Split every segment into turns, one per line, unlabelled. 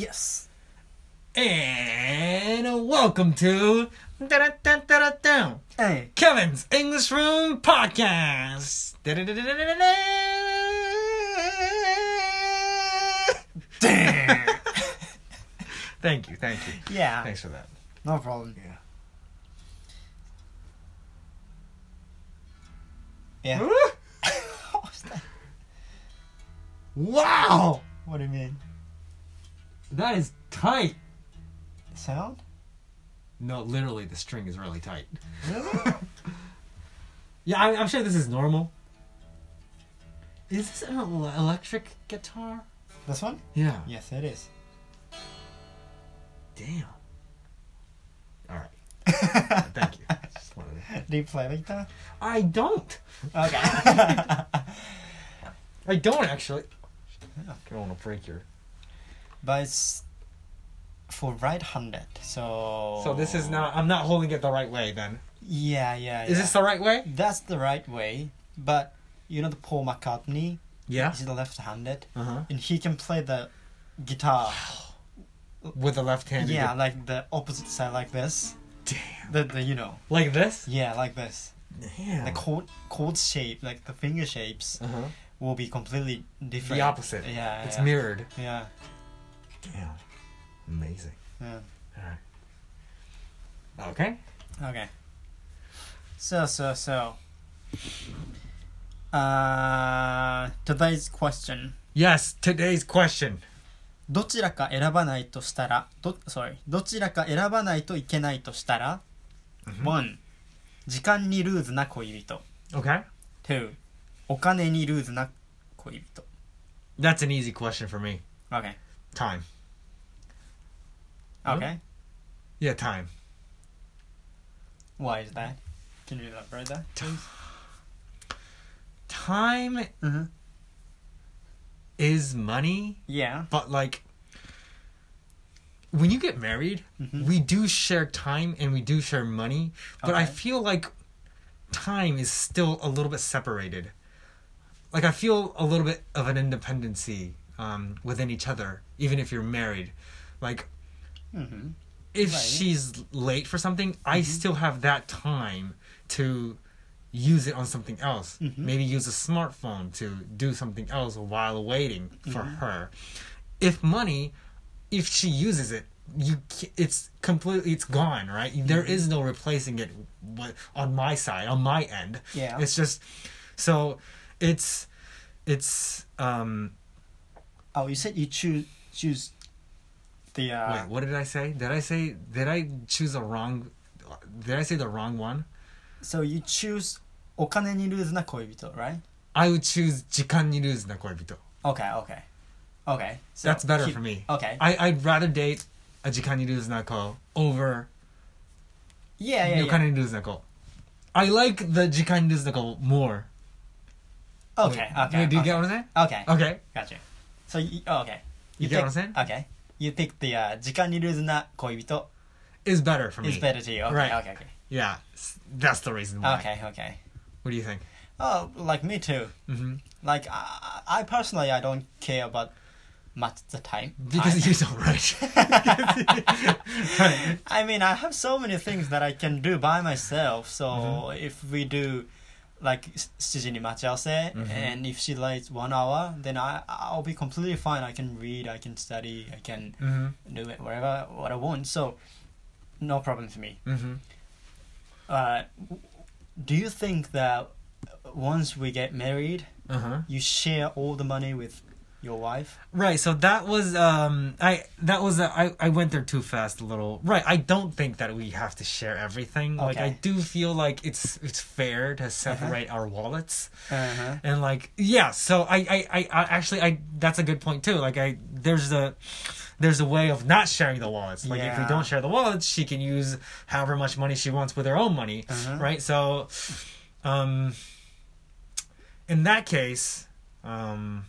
Yes. And welcome to da-da-da-da-da-da,
Hey.
Kevin's English Room Podcast. Da-da-da-da-da-da-da. Thank you, thank you.
Yeah.
Thanks for that.
No problem. Yeah. Yeah. what was that?
Wow!
What do you mean?
That is tight.
The sound?
No, literally, the string is really tight.
Really?
Yeah, I, I'm sure this is normal. Is this an el- electric guitar?
this one?
Yeah.
Yes, it is.
Damn. All right. Thank you. Just wanted to-
do you play like that?
I don't.
Okay.
I don't actually. I don't want to break your.
but it's for right-handed, so.
So this is not. I'm not holding it the right way. Then
Yeah, yeah.
is
yeah.
this the right way?
That's the right way, but you know the Paul McCartney.
Yeah.
He's left-handed,
Uh huh.
and he can play the guitar.
With the left hand.
yeah, like the opposite side, like this.
Damn.
The, the you know.
Like this.
Yeah, like this.
Damn.
The chord chord shape, like the finger shapes,
uh huh.
will be completely different.
The opposite.
Uh-huh. Yeah.
It's
yeah.
mirrored.
Yeah.
Damn. Amazing.
Yeah.
Okay.
Okay. So so so. Uh, today's question.
Yes. Today's question.
どちらか選ばないとしたら、ど、sorry、どちらか選ばないといけないとしたら、1、時間にルーズな恋人、
Okay.
2、お金にルーズな恋人。
That's an easy question for me.
Okay.
Time.
Okay.
Yeah, time.
Why is that? Can you elaborate that?
Time
Mm-hmm.
is money,
Yeah.
but like when you get married,
Mhm.
we do share time and we do share money, but I
Okay.
feel like time is still a little bit separated. Like I feel a little bit of an independency um, within each other, even if you're married. Like
Mm-hmm. Right.
if
Mm-hmm.
she's late for something, I still have that time to use it on something else.
Mhm.
Maybe use a smartphone to do something else while waiting for
Mm-hmm.
her. If money, if she uses it, you ca- it's completely it's gone, right? There
Mm-hmm.
is no replacing it wh- on my side, on my end.
Yeah.
It's just so it's it's um
Oh, you said you choose choose the uh,
Wait, what did I say? Did I say did I choose a wrong? Did I say the wrong one?
so you choose お金にルーズな恋人 right
I would choose 時間にルーズな恋人。
okay okay okay so
That's better
he-
for me.
okay
I I'd rather date a 時間にルーズな子 over
yeah yeah,
時
yeah.
間にルーズな子。I like the 時間にルーズな子 more.
okay
Wait,
okay
Do you
okay.
get what I'm saying?
okay
Okay.
gotcha so you, oh, okay
You get
pick,
what I'm saying?
okay you pick the uh, 時間にルーズな恋人
It's better for me.
is better to you okay
Mm. Right.
okay okay
Yeah, s- that's the reason why.
okay okay
What do you think?
oh like me too
hmm
like I, I personally I don't care about much the time
Because
I-
you don't right.
I mean, I have so many things that I can do by myself. So
Mm-hmm.
if we do like 7時に待ち合わせ
Mm-hmm.
and if she lays one hour, then I I'll be completely fine. I can read, I can study, I can
mm-hmm.
do it wherever what I want. So no problem for me.
Mm-hmm.
Uh, do you think that once we get married,
Uh huh.
you share all the money with your wife?
Right, so that was um I that was a, I I went there too fast a little. Right, I don't think that we have to share everything. Like I
Okay. Uh-huh.
do feel like it's it's fair to separate our wallets
Uh huh.
and like yeah. So I I, I I actually I that's a good point too. Like I there's a there's a way of not sharing the wallets. Like if we
Yeah.
don't share the wallets, she can use however much money she wants with her own money.
Uh-huh.
Right, so um in that case um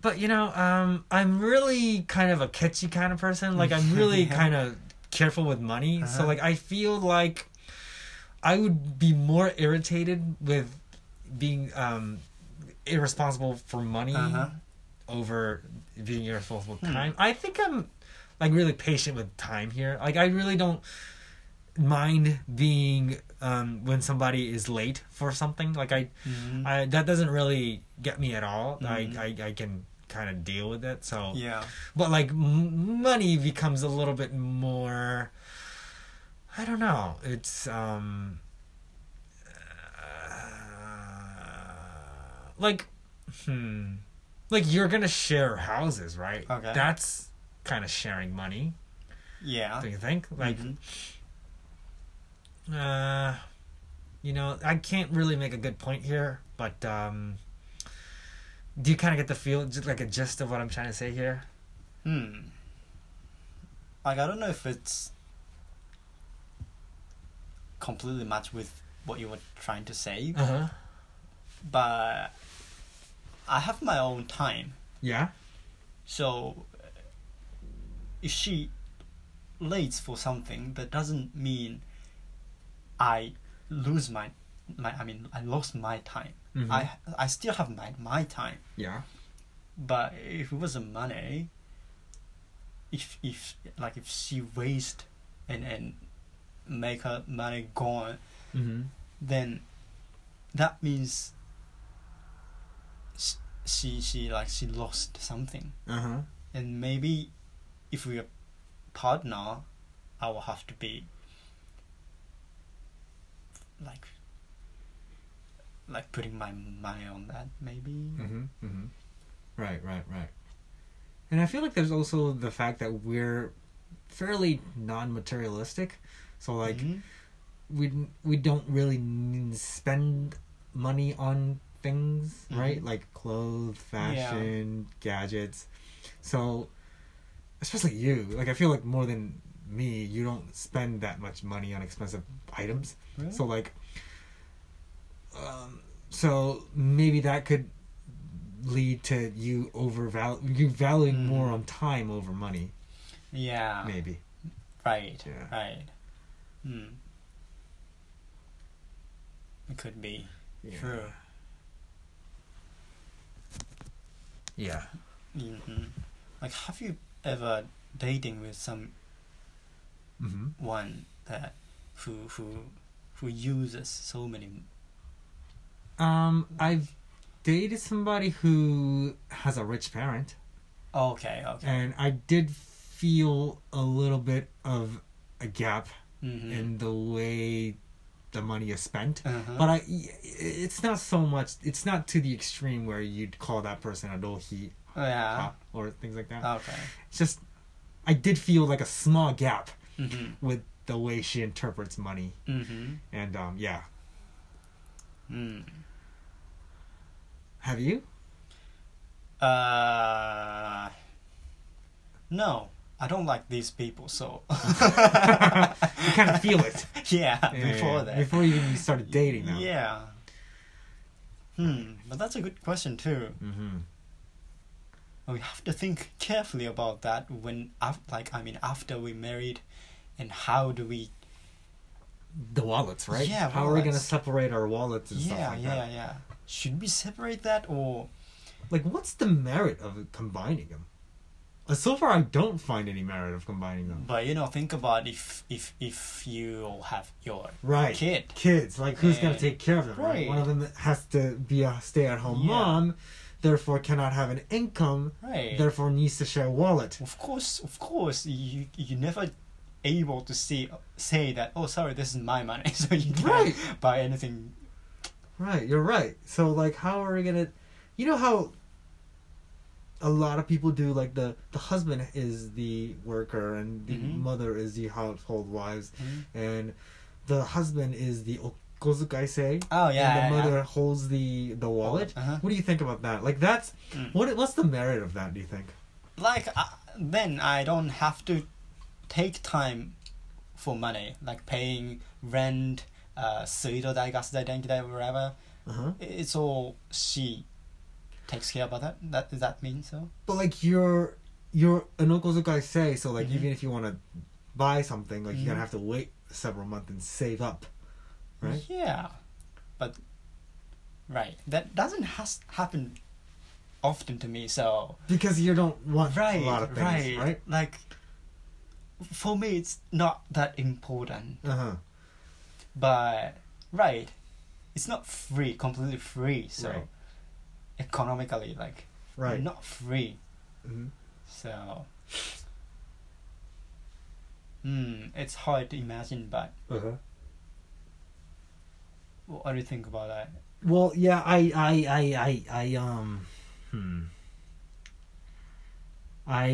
but you know um i'm really kind of a catchy kind of person like i'm really kind of careful with money so
Uh-huh.
like i feel like i would be more irritated with being um irresponsible for money
Uh huh.
over being irresponsible with time. I think I'm like really patient with time here. Like I really don't mind being um when somebody is late for something. Like I,
Mhm.
I that doesn't really get me at all.
Mhm.
I, I I can kind of deal with it. So
Yeah.
but like m- money becomes a little bit more i don't know it's um uh, like hmm like you're gonna share houses right
Okay.
that's kind of sharing money
Yeah.
do you think like
Mhm.
uh you know i can't really make a good point here but um do you kind of get the feel just like a gist of what i'm trying to say here
Hmm. Like I don't know if it's completely matched with what you were trying to say,
uh-huh
but I have my own time.
yeah
So uh, if she late for something, that doesn't mean I lose my my. I mean, I lost my time.
Mhm.
I I still have my my time.
yeah
But if it was a money, if if like if she waste and and make her money gone,
mm-hmm
then that means s- she she like she lost something.
Uh-huh.
And maybe if we are partner, I will have to be like like putting my money on that maybe.
Mm-hmm. Mm-hmm. Right, right, right. And I feel like there's also the fact that we're fairly non-materialistic. So like
Mhm.
we we don't really n- spend money on things, right?
Mhm.
Like clothes, fashion, gadgets. So especially you, like I feel like more than me, you don't spend that much money on expensive items.
Really?
So like, um, so maybe that could lead to you overval you valuing
Mm. Ah.
more on time over money.
yeah.
Maybe.
Right.
Yeah.
Right. Hmm. It could be
Yeah.
true.
Yeah.
hmm Like, have you ever dating with someone
Mm-hmm.
that who who who uses so many?
Um, I've dated somebody who has a rich parent,
oh, Okay. Okay.
and I did feel a little bit of a gap
Mm-hmm.
in the way the money is spent.
uh-huh.
But I, it's not so much. It's not to the extreme where you'd call that person a dolhi
Oh, yeah. Uh.
or things like that.
Okay.
It's just, I did feel like a small gap
Mm-hmm.
with the way she interprets money,
Mm-hmm.
and um, yeah.
Mm.
Have you?
Uh. No, I don't like these people. So.
You kind of feel it
yeah,
Yeah,
Before
yeah.
that.
Before you even started dating them.
Yeah. Hmm, but that's a good question too.
Mm-hmm.
We have to think carefully about that when, af- like, I mean, after we married, and how do we?
The wallets, right?
Yeah,
How are we gonna
wallets.
separate our wallets and
Yeah,
stuff like
yeah,
that?
yeah. Should we separate that or?
Like, what's the merit of combining them? Uh, So far, I don't find any merit of combining them.
But you know, think about if if if you have your
Right.
kid.
Kids. Like, who's going
Yeah.
to take care of them, right.
Mm. Right.
One of them has to be a stay at home
Yeah.
mom, therefore cannot have an income,
Right.
therefore needs to share wallet.
Of course, of course, you you never able to see say that. Oh, sorry, this is my money, so you can't
Right.
buy anything.
Right, you're right. So, like, how are we going to. You know how a lot of people do, like, the, the husband is the worker and the
Mhm.
mother is the household wives,
Mhm.
and the husband is the okozukai say.
Oh yeah.
and the
yeah,
mother holds the the wallet.
Uh-huh.
What do you think about that? Like that's
Mm.
what what's the merit of that? Do you think?
like uh, then I don't have to take time for money, like paying rent, uh, 水道代、ガス代、電気代, whatever.
Uh huh.
It's all she takes care about that. That does that mean so?
But like you're you're an okozukai say so like
Mhm.
even if you want to buy something like you're
Mhm.
gonna have to wait several months and save up, right?
Yeah, but right that doesn't has happen often to me. So
because you don't want
right,
a lot of things,
right,
right?
Like for me, it's not that important,
Uh huh.
but right, it's not free, completely free. So
Right.
economically, like
Right.
not free.
Mhm.
So. Hmm, it's hard to imagine, but
Uh-huh.
what do you think about that?
Well, yeah, I, I, I, I, I, um, hmm. I,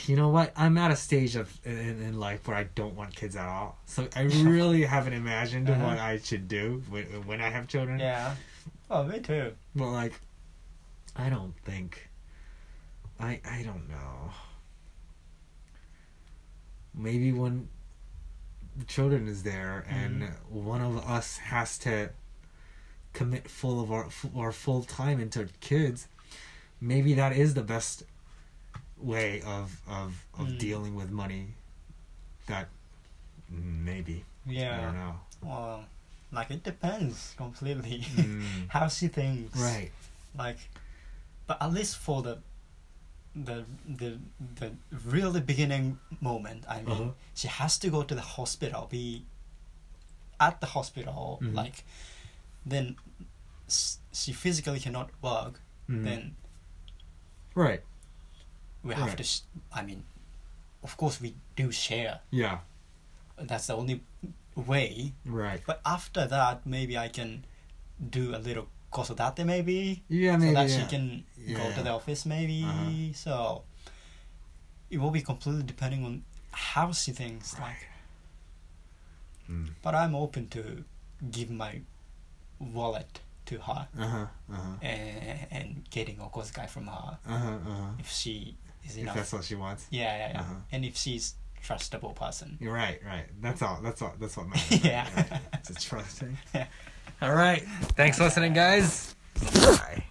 you know what? I'm at a stage of in, in life where I don't want kids at all. So I really haven't imagined
Uh-huh.
what I should do when, when I have children.
Yeah. Oh, me too.
But like, I don't think. I I don't know. Maybe when children is there
Mm-hmm.
and one of us has to commit full of our f- our full time into kids, maybe that is the best way of of of
Mm.
dealing with money. That maybe I don't
Yeah.
know.
Well, like it depends completely
Mm.
how she thinks.
right.
Like, but at least for the the the the really beginning moment, I mean,
Uh-huh.
she has to go to the hospital, be at the hospital,
Mhm.
like, then s- she physically cannot work.
Mm.
Then
right.
we have
Right.
to. Sh- I mean, of course we do share.
Yeah.
That's the only way
Right.
But after that, maybe I can do a little kosodate maybe,
Yeah, maybe.
so that
yeah.
she can go
Yeah.
to the office maybe.
Uh-huh.
So it will be completely depending on how she thinks. Like,
Mm.
but I'm open to give my wallet to her
Uh huh. Uh huh.
and, and getting okozukai from her
Uh huh. Uh huh.
if she is
If
enough.
that's what she wants.
yeah, yeah, yeah.
Uh-huh.
And if she's trustable person.
You're right. Right. That's all. That's all. That's what matters. right?
yeah.
It's a trust thing. all right. Thanks for listening, guys. Bye.